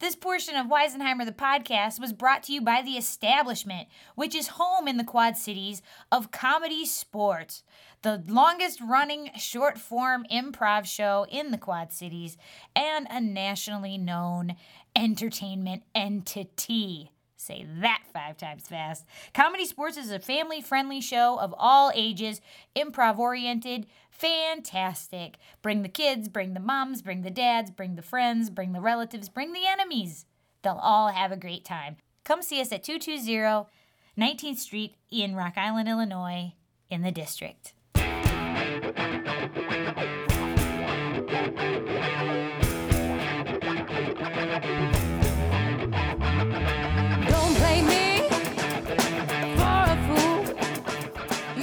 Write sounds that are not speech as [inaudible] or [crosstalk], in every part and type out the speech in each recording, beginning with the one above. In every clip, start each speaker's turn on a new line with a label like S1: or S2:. S1: This portion of Weisenheimer the podcast was brought to you by The Establishment, which is home in the Quad Cities of comedy sports, the longest running short form improv show in the Quad Cities, and a nationally known entertainment entity. Say that five times fast. Comedy Sports is a family friendly show of all ages, improv oriented, fantastic. Bring the kids, bring the moms, bring the dads, bring the friends, bring the relatives, bring the enemies. They'll all have a great time. Come see us at 220 19th Street in Rock Island, Illinois, in the district.
S2: Don't blame me for a fool.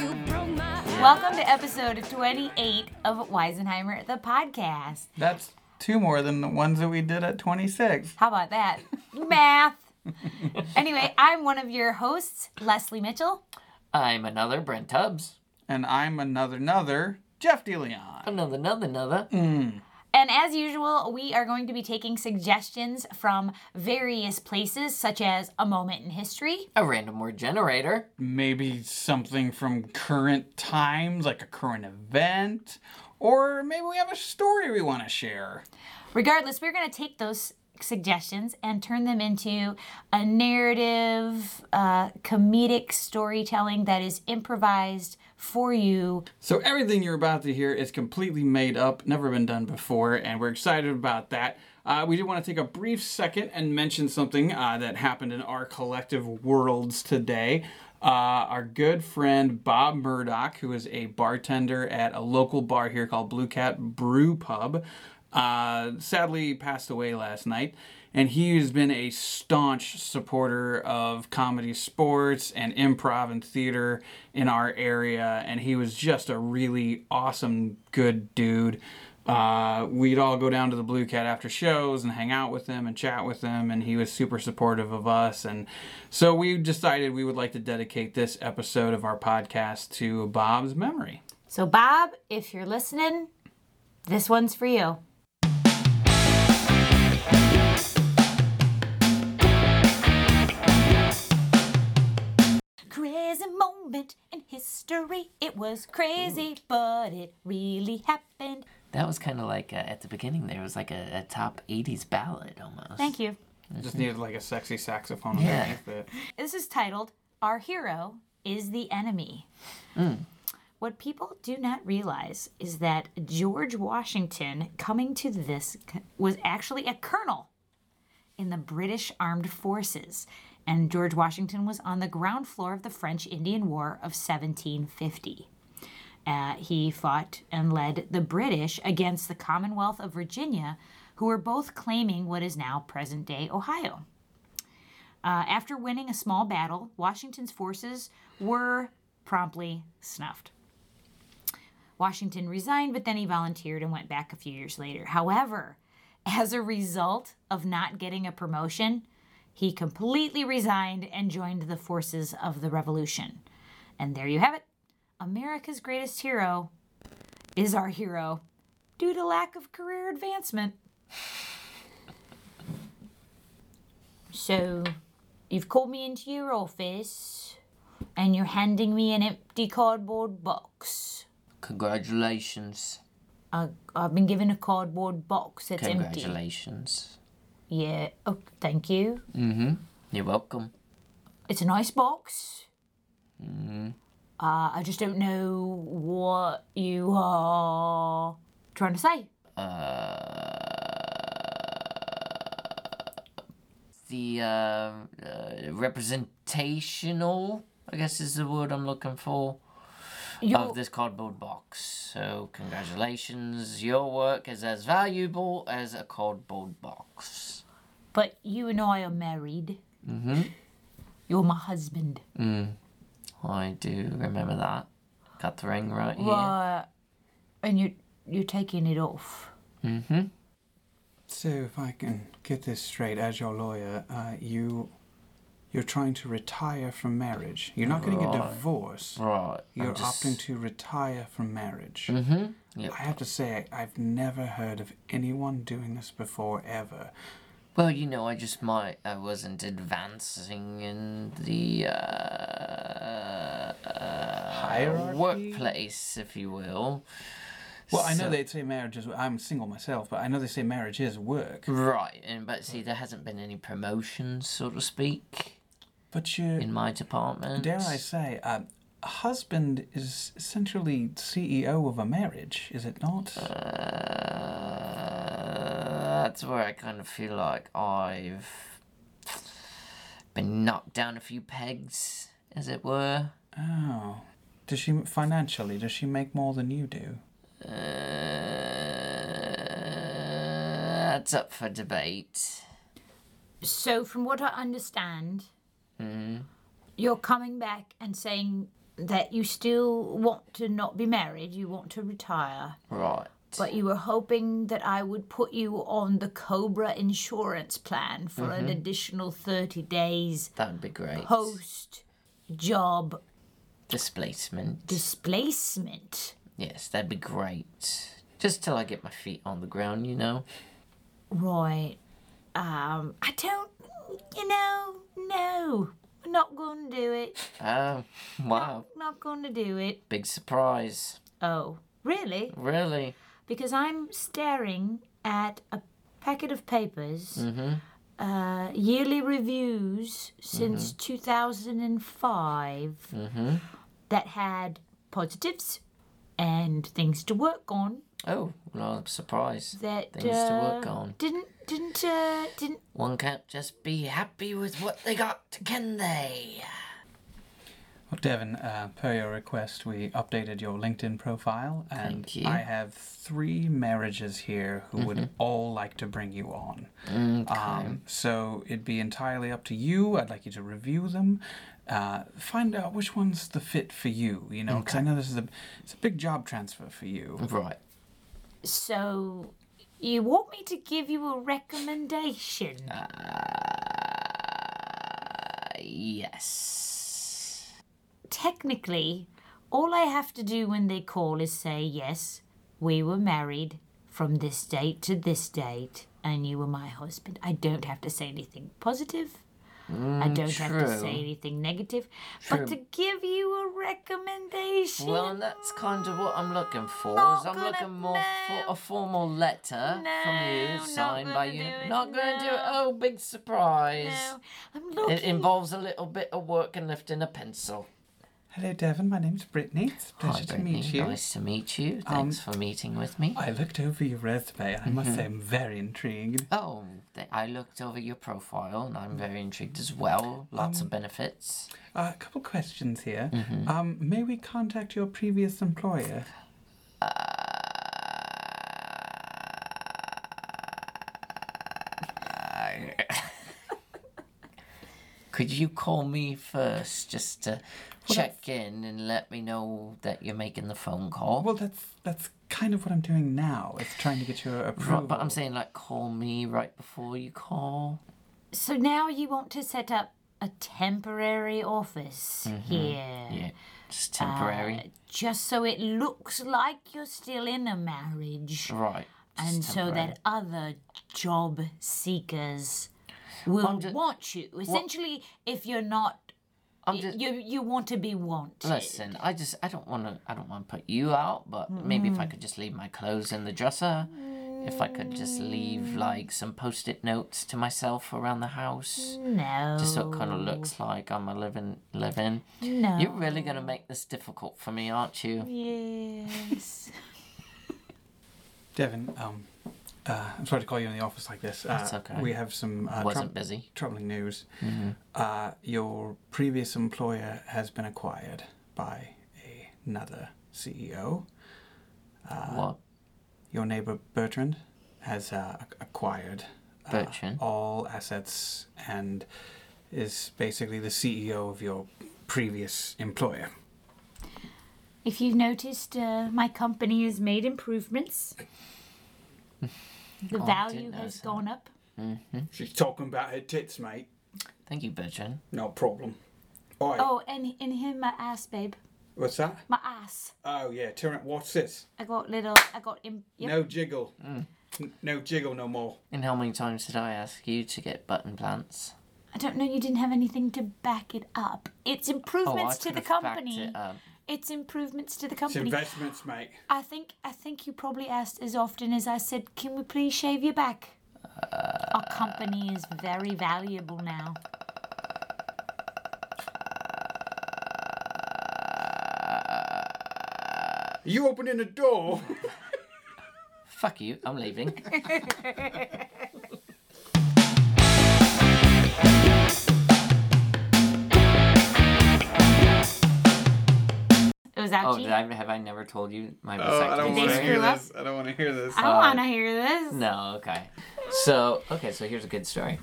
S2: You broke my
S1: Welcome to episode 28 of Weisenheimer, the podcast.
S3: That's two more than the ones that we did at 26.
S1: How about that? Math. anyway, I'm one of your hosts, Leslie Mitchell.
S4: I'm another Brent Tubbs.
S3: And I'm another, another Jeff DeLeon.
S4: Another, another, another.
S1: Mm. And as usual, we are going to be taking suggestions from various places, such as A Moment in History,
S4: A random word generator.
S3: Maybe something from current times, like a current event, or maybe we have a story we want to share.
S1: Regardless, we're going to take those suggestions and turn them into a narrative, uh, comedic storytelling that is improvised for you.
S3: So, everything you're about to hear is completely made up, never been done before, and we're excited about that. Uh, we do want to take a brief second and mention something uh, that happened in our collective worlds today. Uh, our good friend Bob Murdoch, who is a bartender at a local bar here called Blue Cat Brew Pub, uh, sadly passed away last night. And he has been a staunch supporter of comedy, sports, and improv and theater in our area. And he was just a really awesome, good dude. Uh, we'd all go down to the Blue Cat after shows and hang out with him and chat with him. And he was super supportive of us. And so we decided we would like to dedicate this episode of our podcast to Bob's memory.
S1: So, Bob, if you're listening, this one's for you. Crazy moment in history. It was crazy, but it really happened.
S4: That was kind of like uh, at the beginning there was like a, a top 80s ballad almost.
S1: Thank you.
S3: Just needed like a sexy saxophone
S4: Yeah.
S3: underneath it.
S1: This is titled Our Hero is the Enemy. What people do not realize is that George Washington coming to this c- was actually a colonel in the British Armed Forces. And George Washington was on the ground floor of the French Indian War of 1750. Uh, he fought and led the British against the Commonwealth of Virginia, who were both claiming what is now present day Ohio. Uh, after winning a small battle, Washington's forces were promptly snuffed. Washington resigned, but then he volunteered and went back a few years later. However, as a result of not getting a promotion, he completely resigned and joined the forces of the revolution. And there you have it. America's greatest hero is our hero due to lack of career advancement. So, you've called me into your office and you're handing me an empty cardboard box.
S4: Congratulations.
S1: I, I've been given a cardboard box that's empty.
S4: Congratulations.
S1: Yeah, oh, thank you.
S4: You're welcome.
S1: It's a nice box.
S4: Mm-hmm.
S1: Uh, I just don't know what you are trying to say.
S4: The uh, uh, representational, I guess is the word I'm looking for,
S1: You're,
S4: of this cardboard box. So, congratulations. Your work is as valuable as a cardboard box.
S1: but you and I are married. Mm-hmm. You're my husband.
S4: I do remember that. Got the ring right here.
S1: Uh, and you, you're taking it off.
S3: So, if I can get this straight, as your lawyer, uh, you you're trying to retire from marriage. You're not getting a divorce.
S4: Right. I'm
S3: You're
S4: just-
S3: opting to retire from marriage. Mm-hmm. I have to say, I've never heard of anyone doing this before ever.
S4: Well, you know, I just might. I wasn't advancing in the uh,
S3: Hierarchy?
S4: workplace, if you will.
S3: Well, I
S4: So-
S3: know they say marriage is. I'm single myself, but I know they say marriage is work.
S4: Right, and but see, there hasn't been any promotions, so to speak,
S3: But you,
S4: in my department.
S3: dare I say, um, a husband is essentially CEO of a marriage, is it not?
S4: Uh, that's where I kind of feel like I've been knocked down a few pegs, as it were.
S3: oh, does she financially? Does she make more than you do?
S4: Uh, that's up for debate.
S1: So, from what I understand, you're coming back and saying that you still want to not be married, you want to retire,
S4: Right.
S1: but you were hoping that I would put you on the Cobra insurance plan for an additional 30 days
S4: That'd be great.
S1: post job
S4: Displacement.
S1: displacement.
S4: yes, that'd be great. Just till I get my feet on the ground, you know.
S1: Right. Um, I don't, you know, no, not gonna do it,
S4: Oh, wow.
S1: not gonna do it.
S4: Big surprise.
S1: Oh, really?
S4: Really?
S1: because I'm staring at a packet of papers,
S4: Mm-hmm.
S1: uh, yearly reviews since
S4: Mm-hmm.
S1: 2005 that had positives and things to work on
S4: Oh, well, I'm surprised.
S1: that
S4: Things to work
S1: uh,
S4: on.
S1: didn't didn't uh, didn't
S4: One can't just be happy with what they got, can they?
S3: Well, Devin, uh, per your request, we updated your LinkedIn profile, and
S4: Thank you. Mm-hmm.
S3: I have three marriages here who would all like to bring you on.
S4: Mm,
S3: Um, so it'd be entirely up to you. I'd like you to review them, uh, find out which one's the fit for you. You know, because I know this is a it's a big job transfer for you.
S4: Right.
S1: so you want me to give you a recommendation
S4: Uh, yes.
S1: technically all i have to do when they call is say yes we were married from this date to this date and you were my husband i don't have to say anything positive i don't have to say
S4: Mm, true.
S1: anything negative
S4: True.
S1: but to give you a recommendation
S4: Well, and that's kind of what I'm looking for.
S1: Not
S4: Is I'm
S1: gonna-
S4: looking more for
S1: no.
S4: a formal letter
S1: No,
S4: from
S1: not
S4: you, signed by
S1: gonna
S4: you.
S1: do it,
S4: not going to do it.
S1: no.
S4: Oh, big surprise!
S1: no, i'm
S4: It
S1: looking
S4: involves a little bit of work and lifting a pencil.
S3: Hello, Devin. My name's Brittany. It's a pleasure
S4: Hi,
S3: to
S4: Brittany.
S3: meet you. Um,
S4: Nice to meet you. Thanks for meeting with me.
S3: I looked over your resume, and I must
S4: Mm-hmm.
S3: say I'm very intrigued.
S4: Oh, th- I looked over your profile and I'm very intrigued as well. Lots
S3: Um,
S4: of benefits.
S3: Uh, a couple questions here.
S4: Mm-hmm.
S3: Um, may we contact your previous employer?
S4: Could you call me first just to check in and let me know that you're making the phone call?
S3: Well, that's that's kind of what I'm doing now. It's trying to get your approval.
S4: Right, but I'm saying, like, call me right before you call.
S1: so now you want to set up a temporary office here
S4: Mm-hmm. Yeah, just temporary.
S3: Uh,
S1: just so it looks like you're still in a marriage
S4: right. just
S1: and so
S4: temporary.
S1: that other job seekers will
S4: ju-
S1: want you. Essentially, if you're not,
S4: I'm just,
S1: you you want to be wanted.
S4: Listen, I just I don't want to I don't want to put you out, but maybe if I could just leave my clothes in the dresser, if I could just leave like some post-it notes to myself around the house,
S1: no,
S4: just so it kind of looks like I'm a living living.
S1: no.
S4: You're really gonna make this difficult for me, aren't you?
S1: yes. [laughs]
S3: Devin, um, uh, I'm sorry to call you in the office like this. Uh,
S4: That's okay.
S3: We have some uh,
S4: Wasn't Mm-hmm.
S3: trou-
S4: busy.
S3: troubling news. Uh, your previous employer has been acquired by another CEO.
S1: uh,
S4: what,
S3: Your neighbor Bertrand has uh, ac- acquired uh,
S4: Bertrand?
S1: oh.
S3: all assets and is basically the CEO of your previous employer.
S1: If you've noticed, uh, my company has made
S4: [laughs]
S1: improvements. The
S4: Oh, I
S1: value
S4: didn't
S1: has
S4: notice
S1: gone up.
S3: She's talking about her tits, mate.
S4: Thank you, Bertrand.
S3: No problem. Oi,
S1: Oh, and in here, my ass, babe,
S3: what's that?
S1: my ass.
S3: Oh yeah, Terrence, what's this?
S1: I got little. I got. Im- yep.
S3: No jiggle. No jiggle, no mole.
S4: And how many times did I ask you to get button plants?
S1: I don't know. You didn't have anything to back it up. It's improvements to
S4: could
S1: the
S4: have Oh, backed
S1: company.
S4: it up.
S1: It's improvements to the
S3: It's
S1: company.
S3: investments, mate.
S1: I think I think you probably asked as often as I said, "Can we please shave your back?" Our
S4: Uh,
S1: company is very valuable now.
S3: You opening the door.
S4: Fuck you,
S1: [laughs]
S4: I'm leaving.
S1: It was that
S4: oh,
S1: cheap.
S4: did I, have I never told you my
S3: Oh, [laughs]
S4: vasectomy
S1: wanna
S4: story?
S1: hear up?
S3: I don't want to hear this.
S1: I don't want to hear this.
S4: uh, No, okay. So, okay, so here's a good story.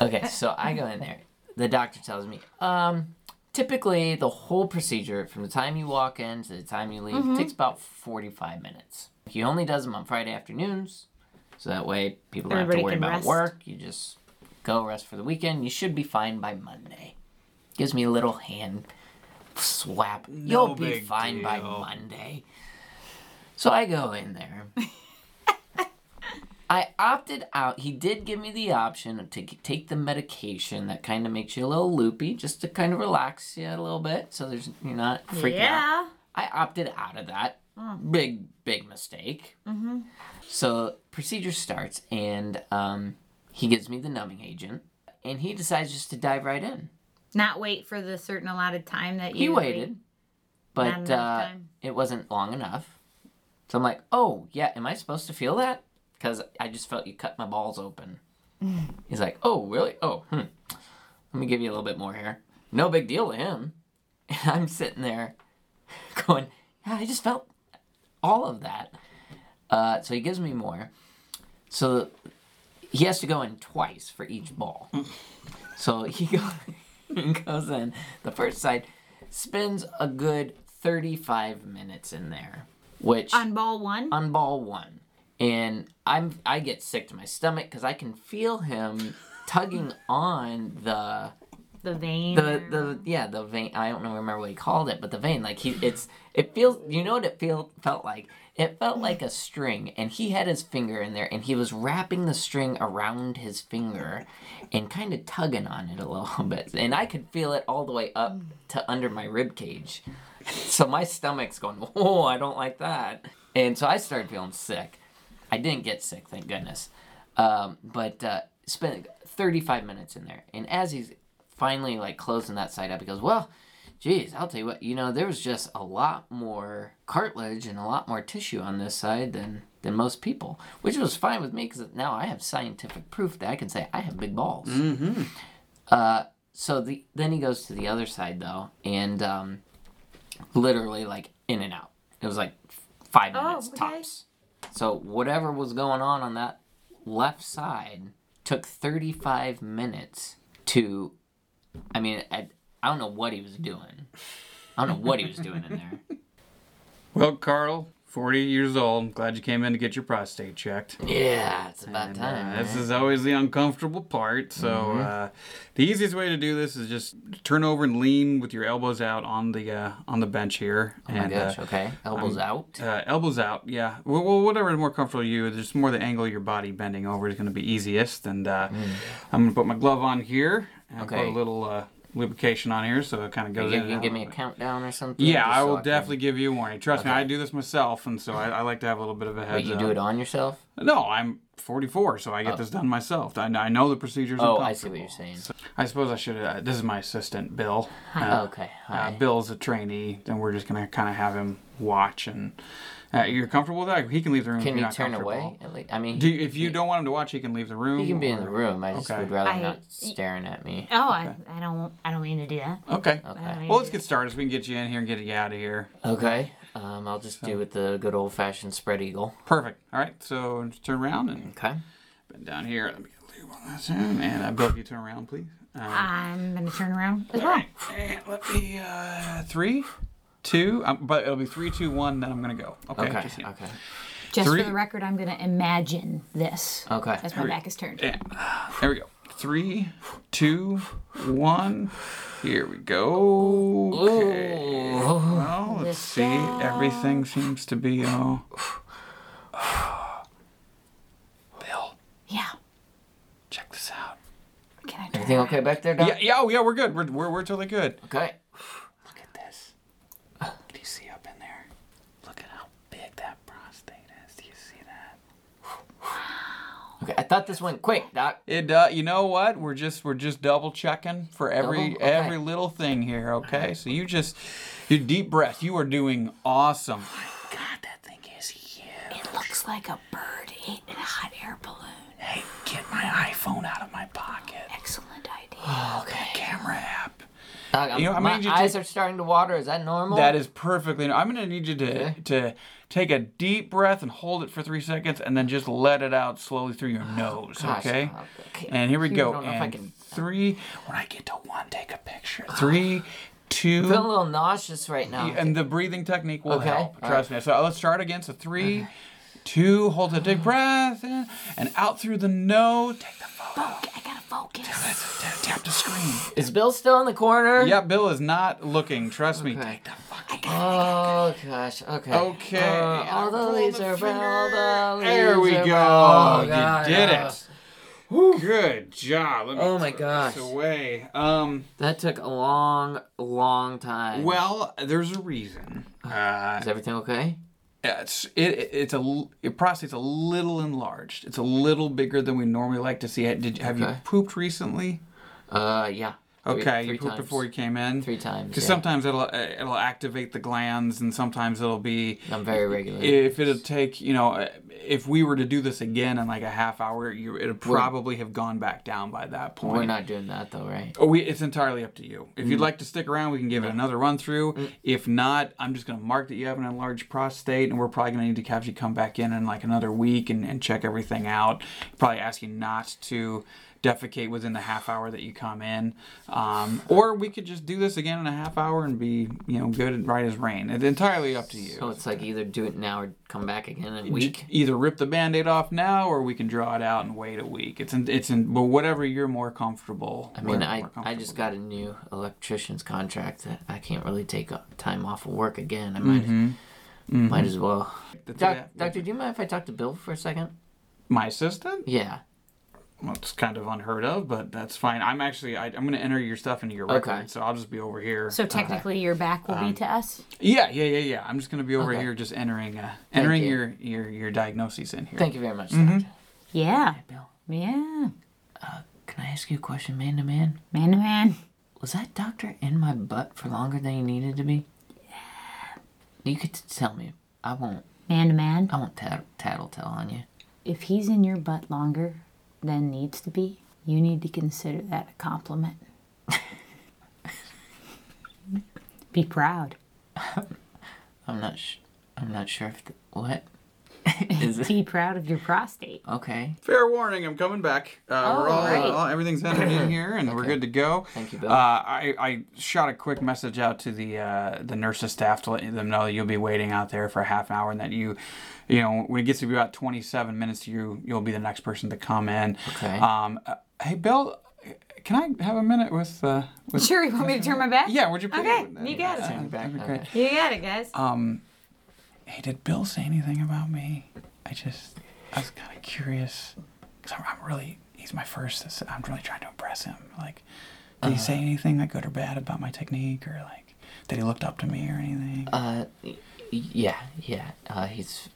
S4: Okay, so I go in there. The doctor tells me, um, typically the whole procedure from the time you walk in to the time you leave
S1: Mm-hmm.
S4: takes about 45 minutes. He only does them on Friday afternoons, so that way people don't have
S1: Everybody
S4: to worry
S1: can
S4: about
S1: rest.
S4: work. You just go rest for the weekend. You should be fine by Monday. Gives me a little hand slap. You'll be
S3: big
S4: fine by
S3: deal.
S4: Monday. So I go in there. I opted out. He did give me the option to g- take the medication that kind of makes you a little loopy, just to kind of relax you a little bit, so there's you're not freaking out.
S1: Yeah.
S4: I opted out of that. Big big mistake. Mm-hmm. So procedure starts, and um, he gives me the numbing agent, and he decides just to dive right in.
S1: Not wait for the certain allotted time that you.
S4: He
S1: wait.
S4: waited, but
S1: enough
S4: uh,
S1: time.
S4: it wasn't long enough. So I'm like, oh, yeah, am I supposed to feel that? Because I just felt you cut my
S1: [laughs]
S4: balls open. He's like, oh, really? Oh, hmm. Let me give you a little bit more here. No big deal to him. [laughs] And I'm sitting there [laughs] going, yeah, I just felt all of that. Uh, so he gives me more. So he has to go in twice for each ball. So he [laughs] go, he goes in the first side, spends a good 35 minutes in there, which
S1: On ball one.
S4: on ball one, and I'm I get sick to my stomach because I can feel him tugging on the
S1: the vein.
S4: the the yeah the vein. I don't know remember what he called it, but the vein like he it's it feels you know what it feel felt like. It felt like a string, and he had his finger in there, and he was wrapping the string around his finger, and kind of tugging on it a [laughs] little bit, and I could feel it all the way up to under my rib cage. So my stomach's going, [laughs] oh, I don't like that. And so I started feeling sick. I didn't get sick, thank goodness. Um, but uh, spent 35 minutes in there. And as he's finally like closing that side up, he goes, well, geez, I'll tell you what, you know, there was just a lot more cartilage and a lot more tissue on this side than, than most people, which was fine with me because now I have scientific proof that I can say I have big balls. Uh, so the then he goes to the other side though, and um, literally like in and out. It was like five
S1: Oh,
S4: minutes
S1: okay.
S4: tops. So whatever was going on on that left side took 35 minutes to. I mean, I, I don't know what he was doing. I don't know what he was doing in
S3: [laughs]
S4: there.
S3: Well, Carl, 40 years old. I'm glad you came in to get your prostate checked.
S4: Yeah, it's about
S3: And,
S4: time.
S3: uh, this
S4: right? Mm-hmm.
S3: is always the uncomfortable part. So uh, the easiest way to do this is just turn over and lean with your elbows out on the uh, on the bench here. Oh
S4: Oh my gosh, okay. Elbows out.
S3: Uh, elbows out, yeah. Well, well, whatever is more comfortable to you. There's more the angle of your body bending over is going to be easiest. And uh, I'm going to put my glove on here and put
S4: Mm. Okay.
S3: a little uh, lubrication on here so it kind of
S4: You
S3: goes in.
S4: can
S3: and out
S4: give me
S3: little
S4: a
S3: bit.
S4: countdown or something?
S3: Yeah,
S4: just
S3: I
S4: so
S3: will
S4: can-
S3: definitely give you a warning. Trust me, I do this myself, and so I, I like to have a little bit of a heads
S4: But you
S3: up.
S4: do it on yourself?
S3: No, I'm 44, so I get this done myself. I, I know the procedures.
S4: Oh, I see
S3: uncomfortable.
S4: what you're saying.
S3: I suppose I should. Uh, this is my assistant, Bill. Uh,
S4: okay.
S3: uh,
S4: hi.
S3: Bill's a trainee, and we're just gonna kind of have him watch. And uh, you're comfortable with that? He can leave the room. if
S4: Can
S3: you're
S4: you
S3: not
S4: turn
S3: comfortable.
S4: away? At least, I mean,
S3: Do you, if you don't want him to watch, he can leave the room.
S4: he can be in the
S3: or-
S4: room. I just
S3: Okay.
S4: would rather
S1: I-
S4: not staring at me.
S1: oh, I, I don't. I don't mean to do that.
S3: Okay.
S1: I don't mean
S3: Well,
S1: to
S3: let's get started. So we can get you in here and get you out of here.
S4: Okay. Um, I'll just do with the good old fashioned spread eagle.
S3: Perfect. All right. So just turn around and
S4: Okay.
S3: bend down here. Let me get a lube on this end. And uh, Bill, if you turn around, please. Um,
S1: I'm gonna turn around as well.
S3: And let me uh, three, two. Um, but it'll be three, two, one. Then I'm gonna go. Okay.
S4: Okay.
S3: just-
S4: Okay.
S1: Just
S3: Three-
S1: for the record, I'm gonna imagine this
S4: Okay.
S1: as my back is turned.
S3: Yeah. There we go. Three, two, one. Here we go. Okay. Well, let's see. Everything seems to be all. this out.
S1: Can I try?
S4: Everything okay back there, Doc?
S3: Yeah, yeah, oh, yeah, we're good. We're, we're, we're totally good.
S4: Okay.
S3: Look at this. Do you see up in there? Look at how big that prostate is. Do you see that?
S4: Okay. I thought this went quick, Doc.
S3: It uh, you know what? We're just we're just double checking for every
S4: Double? Okay.
S3: every little thing here, okay? So you just your deep breath. You are doing awesome. Oh God, that thing is huge.
S1: It looks like a bird ate in a hot air balloon.
S3: Hey, get my iPhone out of my pocket.
S1: Excellent idea.
S3: Okay. Camera app.
S4: Doc, I'm-
S3: You know, I
S4: my
S3: need you to-
S4: eyes are starting to water. Is that normal?
S3: That is perfectly. I'm gonna need you to to take a deep breath and hold it for three seconds, and then just let it out slowly through your nose.
S4: gosh,
S3: Oh, okay.
S4: uh, okay.
S3: And here we
S4: Phew, I
S3: go.
S4: don't know if I
S3: and
S4: can-
S3: three. When I get to one, take a picture. Three, two.
S4: I feel a little nauseous right now.
S3: and the breathing technique will
S4: Okay,
S3: help.
S4: all
S3: Trust me. So uh, let's start again. So three, two. Hold a deep breath in, and out through the nose. Take the photo.
S1: I gotta focus.
S3: Tap- Tap the screen.
S4: Is Bill still in the corner?
S3: Yeah, Bill is not looking. Trust me.
S4: Okay.
S3: Take the
S1: I gotta.
S4: Oh gosh. Okay.
S3: Okay.
S4: Uh, all the
S3: Pull
S4: leaves
S3: the
S4: are brown. All the
S3: finger.
S4: leaves
S3: There we
S4: are
S3: go. Oh,
S4: brown.
S3: You
S4: God.
S3: did it. Good job. Let me
S4: Oh my
S3: throw
S4: gosh.
S3: This away. Um.
S4: That took a long, long time.
S3: Well, there's a reason. Uh,
S4: is everything okay?
S3: it's it, it's a l- your prostate's a little enlarged. It's a little bigger than we normally like to see it. Did have you
S4: Okay.
S3: pooped recently?
S4: Uh, yeah. Three-
S3: Okay, you
S4: three
S3: pooped
S4: times.
S3: before you came in.
S4: Three times,
S3: Because
S4: yeah.
S3: sometimes it'll uh, it'll activate the glands, and sometimes it'll be
S4: I'm very regular.
S3: if it'll take you know if we were to do this again in like a half hour you it'd probably have gone back down by that point
S4: We're not doing that though, right?
S3: Oh, we, it's entirely up to you.
S4: Mm.
S3: If you'd like to stick around, we can give it another run through. If not, I'm just going to mark that you have an enlarged prostate, and we're probably going to need to have you come back in in like another week and, and check everything out. Probably ask you not to defecate within the half hour that you come in. Um, or we could just do this again in a half hour and be, you know, good and right as rain. It's entirely up to you.
S4: So it's like either do it now or come back again in a week.
S3: either rip the band-aid off now or we can draw it out and wait a week it's in it's in but whatever you're more comfortable
S4: I mean, I, I just got a new electrician's contract that I can't really take o- time off of work again. I might
S3: Mm-hmm.
S4: might as well. Doc, doctor, do you mind if I talk to Bill for a second?
S3: my assistant
S4: Yeah.
S3: well it's kind of unheard of but that's fine i'm actually I, i'm going to enter your stuff into your record
S4: Okay.
S3: so i'll just be over here
S1: So technically, your back will
S3: Um,
S1: be to us.
S3: yeah yeah yeah yeah i'm just going to be over
S4: Okay.
S3: here just entering uh entering
S4: you.
S3: your your your diagnoses in here
S4: Thank you very much,
S3: Mm-hmm.
S4: Doctor.
S1: Yeah.
S4: Bill,
S1: Yeah.
S4: can I ask you a question, man to man?
S1: Man to man.
S4: Was that doctor in my butt for longer than he needed to be? Yeah. You could t- tell me. I won't.
S1: Man to man.
S4: I won't tat- tattle tell on you.
S1: If he's in your butt longer than needs to be, you need to consider that a compliment. [laughs] be proud.
S4: I'm not. Sh- I'm not sure if. The- what? Is
S1: [laughs]
S4: it
S1: Be proud of your prostate.
S4: okay?
S3: Fair warning, I'm coming back.
S4: Oh,
S3: Uh, we're all,
S1: right.
S3: all- everything's entered in here, and we're good to go.
S4: Thank you, Bill.
S3: Uh, I, I shot a quick message out to the uh, the nurses staff to let them know that you'll be waiting out there for half an hour, and that you, you know, when it gets to be about 27 minutes, you you'll be the next person to come in.
S4: Okay.
S3: Um, uh, hey, Bill, can I have a minute with uh, with?
S1: Sure, you want me to turn my back?
S3: Yeah, would you please?
S1: Okay, you got it.
S3: Uh, that'd be great.
S1: You got it, guys.
S3: Um, Hey, did Bill say anything about me? I just, I was kind of curious. Because I'm, I'm really, he's my first, this- I'm really trying to impress him. Like, did he say
S4: Uh-huh.
S3: anything like good or bad about my technique? Or like, that he looked up to me or anything?
S4: Uh, y- yeah, yeah. Uh, he's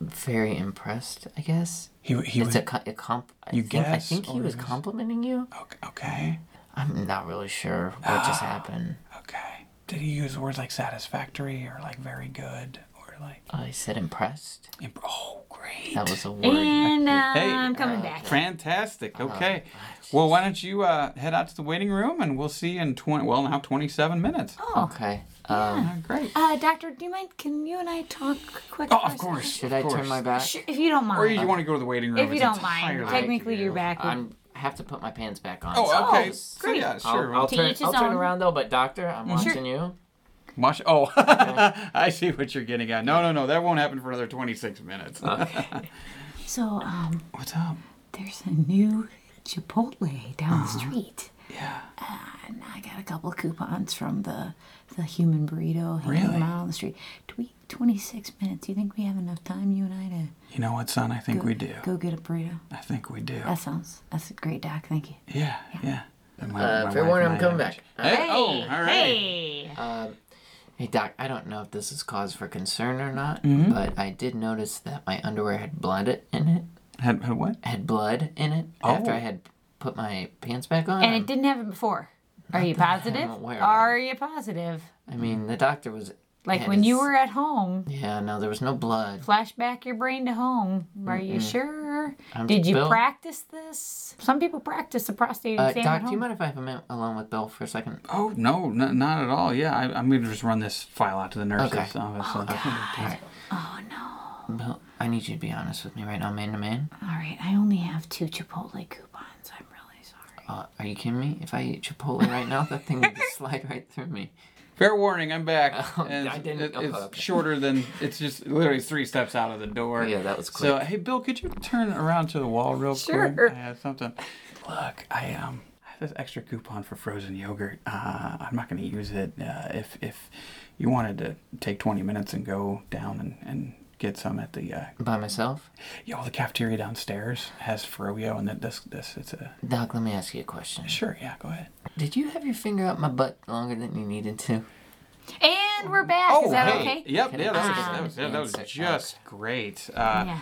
S4: very impressed. I guess
S3: he he
S4: it's
S3: was,
S4: a, co- a comp. I
S3: You
S4: think, I
S3: guess,
S4: think he
S3: or
S4: was
S3: it was-
S4: complimenting you.
S3: okay, okay,
S4: I'm not really sure what
S3: Ah.
S4: just happened.
S3: okay. Did he use words like satisfactory or like very good or like,
S4: I Uh, said impressed.
S3: imp- oh, great.
S4: That was a word.
S1: and uh, I'm coming back.
S3: Fantastic.
S4: Uh-huh.
S3: Okay. well, why don't you uh, head out to the waiting room and we'll see you in 20, well, now 27 minutes.
S4: Okay. Um,
S3: Oh, great.
S1: Uh, doctor, do you mind? Can you and I talk quick?
S3: Oh,
S1: for a
S3: of
S1: second?
S3: course.
S4: should
S3: of
S4: I turn
S3: course.
S4: my back?
S1: Sure, if you don't mind.
S3: Or you want to go to the waiting room?
S1: if you
S3: it's
S1: don't mind,
S3: entirely
S1: technically
S3: up to
S1: your
S3: you.
S1: back would
S4: I'm I have to put my pants back on.
S3: Oh,
S4: so
S3: okay.
S4: I'll
S3: So,
S4: just-
S1: great.
S3: yeah,
S4: I'll,
S3: sure. Mm,
S4: I'll
S3: I'll
S1: To
S4: turn,
S1: each his
S4: I'll turn
S1: own.
S4: around though, but doctor, I'm watching you.
S3: mush. Oh, [laughs] I see what you're getting at. No, no, no. That won't happen for another 26 minutes.
S1: So, um,
S3: What's up?
S5: um,
S1: there's a new Chipotle down the street.
S5: And I got a couple of coupons from the the human burrito hanging
S3: Really?
S5: around on the street. Do we 26 minutes? Do you think we have enough time, you and I, to
S3: You know what, son? I think we do.
S5: go get a burrito?
S3: I think we do.
S5: That sounds that's a great doc. Thank you.
S3: Yeah, yeah. And my- my
S4: Uh, fair
S3: wife
S4: warning,
S3: and
S4: I'm
S3: I
S4: coming
S3: have-
S4: back. Uh,
S3: Hey, oh, all right.
S1: Hey.
S4: Hey Doc, I don't know if this is cause for concern or not,
S3: Mm-hmm.
S4: but I did notice that my underwear had blood i- in it.
S3: Had, had what?
S4: Had blood in it after
S3: Oh.
S4: I had put my pants back on.
S1: and it didn't happen before. Are you positive?
S4: aware of.
S1: Are you positive?
S4: I mean, the doctor was
S1: Like
S4: had
S1: when you
S4: his-
S1: were at home,
S4: Yeah, no, there was no blood.
S1: flashback your brain to home. Are you sure?
S4: I'm
S1: Did you
S4: Bill.
S1: practice this? Some people practice the prostate
S4: Uh,
S1: exam at
S4: Doc, do
S1: home.
S4: you mind if I have a minute alone with Bill for a second?
S3: Oh, no, n- not at all. Yeah, I, I'm going to just run this file out to the nurse's
S4: Okay.
S3: office.
S1: Oh,
S3: so-
S4: Bill, I need you to be honest with me right now, man to man.
S5: All right, I only have two Chipotle coupons. I'm really sorry.
S4: Uh, are you kidding me? If I eat Chipotle right now, that thing would [laughs] just slide right through me.
S3: Fair warning, I'm back.
S4: [laughs] Oh,
S3: And
S4: I
S3: it's-
S4: didn't-
S3: it-
S4: oh,
S3: it's
S4: okay.
S3: shorter than it's just literally three steps out of the door.
S4: Oh, Yeah, that was
S3: So,
S4: quick.
S3: hey, Bill, could you turn around to the wall real
S1: Sure.
S3: quick? I have something. Look, I um, I have this extra coupon for frozen yogurt. Uh, I'm not going to use it. Uh, if if you wanted to take 20 minutes and go down and and get some at the uh,
S4: By myself?
S3: you know, the cafeteria downstairs has froyo and that this this it's a
S4: Doc, let me ask you a question.
S3: sure yeah go ahead.
S4: Did you have your finger up my butt longer than you needed to?
S1: And we're back.
S3: Oh,
S1: Is that okay?
S3: Yep, yeah, that was, that was, yeah, that was just great. Uh,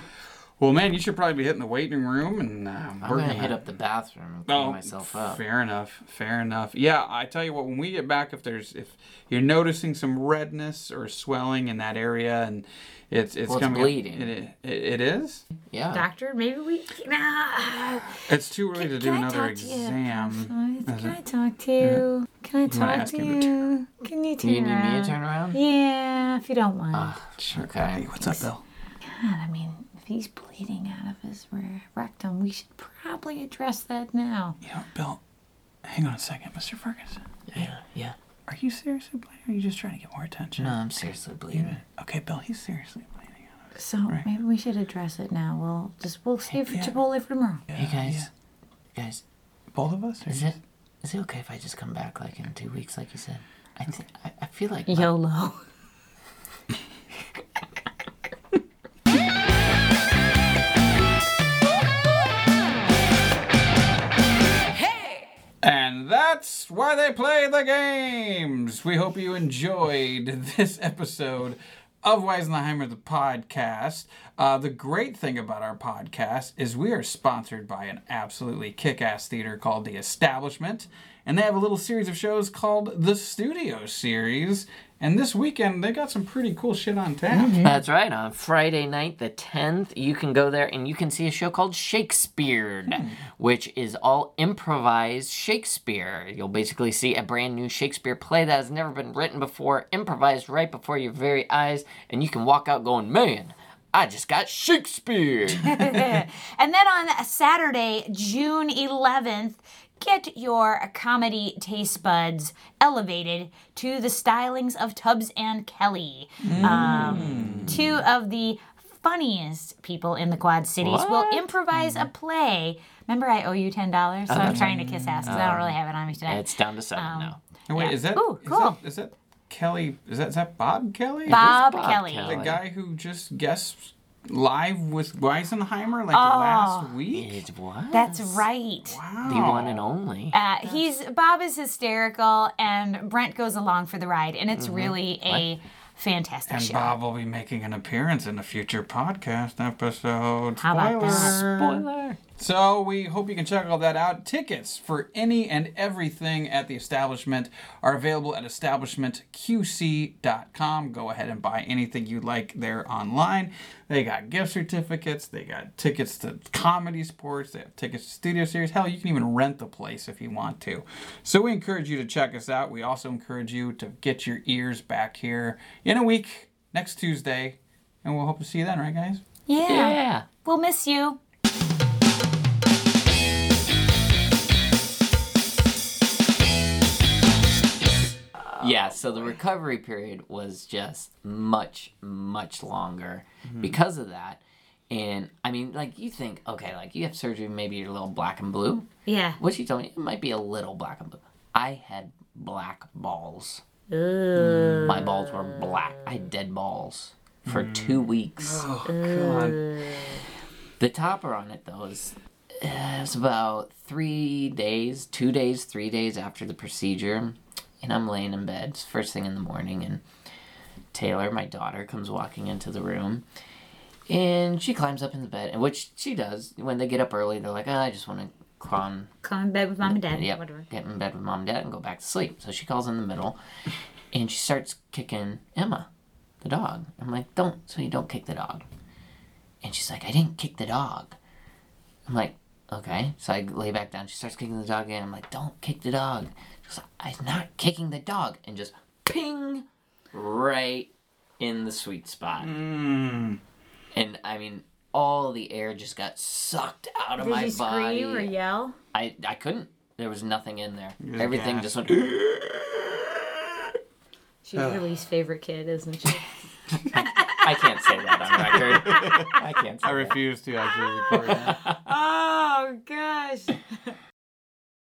S3: Well, man, you should probably be hitting the waiting room and uh, Oh,
S4: I'm gonna hit up the bathroom and clean myself up.
S3: Fair enough. Fair enough. Yeah, I tell you what. When we get back, if there's if you're noticing some redness or swelling in that area, and it's it's
S4: Well, it's
S3: coming up-
S4: bleeding.
S3: it, it, it is.
S4: Yeah.
S1: Doctor, maybe we. uh, Nah.
S3: It's too early to do
S1: can I
S3: another
S1: talk to you?
S3: exam.
S1: Can I talk to you? Can I talk
S3: ask
S1: to
S3: him to
S1: you? Can you turn
S4: you need me
S1: around?
S4: to turn around? Uh. Ah,
S1: Yeah, if you don't mind.
S3: Sure.
S4: Okay.
S3: Hey, what's up, Bill?
S5: God, I mean, if he's bleeding out of his re- rectum, we should probably address that now.
S3: You know, Bill. Hang on a second, Mr. Ferguson.
S4: Yeah. Yeah.
S3: Are you seriously bleeding? Or are you just trying to get more attention?
S4: No, I'm seriously bleeding.
S3: Okay, Bill. He's seriously bleeding.
S5: So maybe we should address it now. We'll just we'll save for
S3: Yeah.
S5: Chipotle for tomorrow.
S4: Hey guys, guys,
S3: Both of us. Or
S4: is it
S3: just-
S4: is it okay if I just come back like in two weeks, like you said? I think I, I feel like
S5: YOLO.
S3: And that's why they play the games. We hope you enjoyed [laughs] this episode of Weisenheimer the podcast. Uh, the great thing about our podcast is we are sponsored by an absolutely kick-ass theater called The Establishment, and they have a little series of shows called The Studio Series. And this weekend they got some pretty cool shit on tap.
S1: Mm-hmm.
S4: That's right. On Friday night, the 10th, you can go there and you can see a show called Shakespeare,
S1: Hmm.
S4: which is all improvised Shakespeare. You'll basically see a brand new Shakespeare play that has never been written before, improvised right before your very eyes, and you can walk out going, man. I just
S1: [laughs]
S4: got Shakespeare.
S1: And then on Saturday, June 11th, get your comedy taste buds elevated to the stylings of Tubbs and Kelly. Um, two of the funniest people in the Quad Cities will improvise a play. Remember, I owe you $10, so I'm trying to kiss ass because I don't really have it on me today.
S4: it's down to seven
S1: Um,
S4: now.
S3: And wait, is that,
S1: Ooh,
S3: is
S1: cool.
S3: that is that Kelly? Is that is that Bob Kelly?
S1: Bob,
S4: Bob
S1: Kelly.
S4: Kelly.
S3: the guy who just guessed live with Weisenheimer like
S1: Ah.
S3: last week.
S4: It was
S1: That's right.
S4: the one and only.
S1: Uh, he's Bob is hysterical, and Brent goes along for the ride, and it's really a fantastic
S3: And
S1: show.
S3: Bob will be making an appearance in a future podcast episode.
S1: How about that?
S3: Spoiler. So we hope you can check all that out. Tickets for any and everything at the establishment are available at establishmentqc.com. Go ahead and buy anything you like there online. They got gift certificates, they got tickets to comedy sports, they have tickets to studio series. Hell, you can even rent the place if you want to. So we encourage you to check us out. We also encourage you to get your ears back here in a week, next Tuesday, and we'll hope to see you then, right guys?
S1: yeah.
S4: yeah.
S1: We'll miss you.
S4: Yeah, so the recovery period was just much, much longer because of that. And I mean, like you think, okay, like you have surgery, maybe you're a little black and blue.
S1: Yeah.
S4: What she told me, it might be a little black and blue. I had black balls. My balls were black. I had dead balls for two weeks.
S3: Oh, God.
S4: The topper on it though is uh, it's about three days, two days, three days after the procedure, and I'm laying in bed it's first thing in the morning, and Taylor, my daughter, comes walking into the room, and she climbs up in the bed, and which she does when they get up early. They're like, oh, I just want to climb
S1: Come in bed with mom and dad.
S4: Yep.
S1: Whatever.
S4: Get in bed with mom and dad and go back to sleep. So she calls in
S1: [laughs]
S4: the middle and she starts kicking Emma, the dog. I'm like, don't, so you don't kick the dog. And she's like, I didn't kick the dog. I'm like, okay. So I lay back down. She starts kicking the dog again. I'm like, don't kick the dog. She's like, I'm not kicking the dog. And just ping right in the sweet spot. And I mean, all the air just got sucked out of
S1: Did
S4: my
S1: you
S4: body.
S1: scream or yell?
S4: I I couldn't. There was nothing in there.
S3: was
S4: Everything
S3: gas.
S4: just went. [gasps]
S1: She's your least favorite kid, isn't [laughs] she?
S4: I can't say that on record. I can't. Say
S3: I refuse to actually record that.
S1: oh gosh.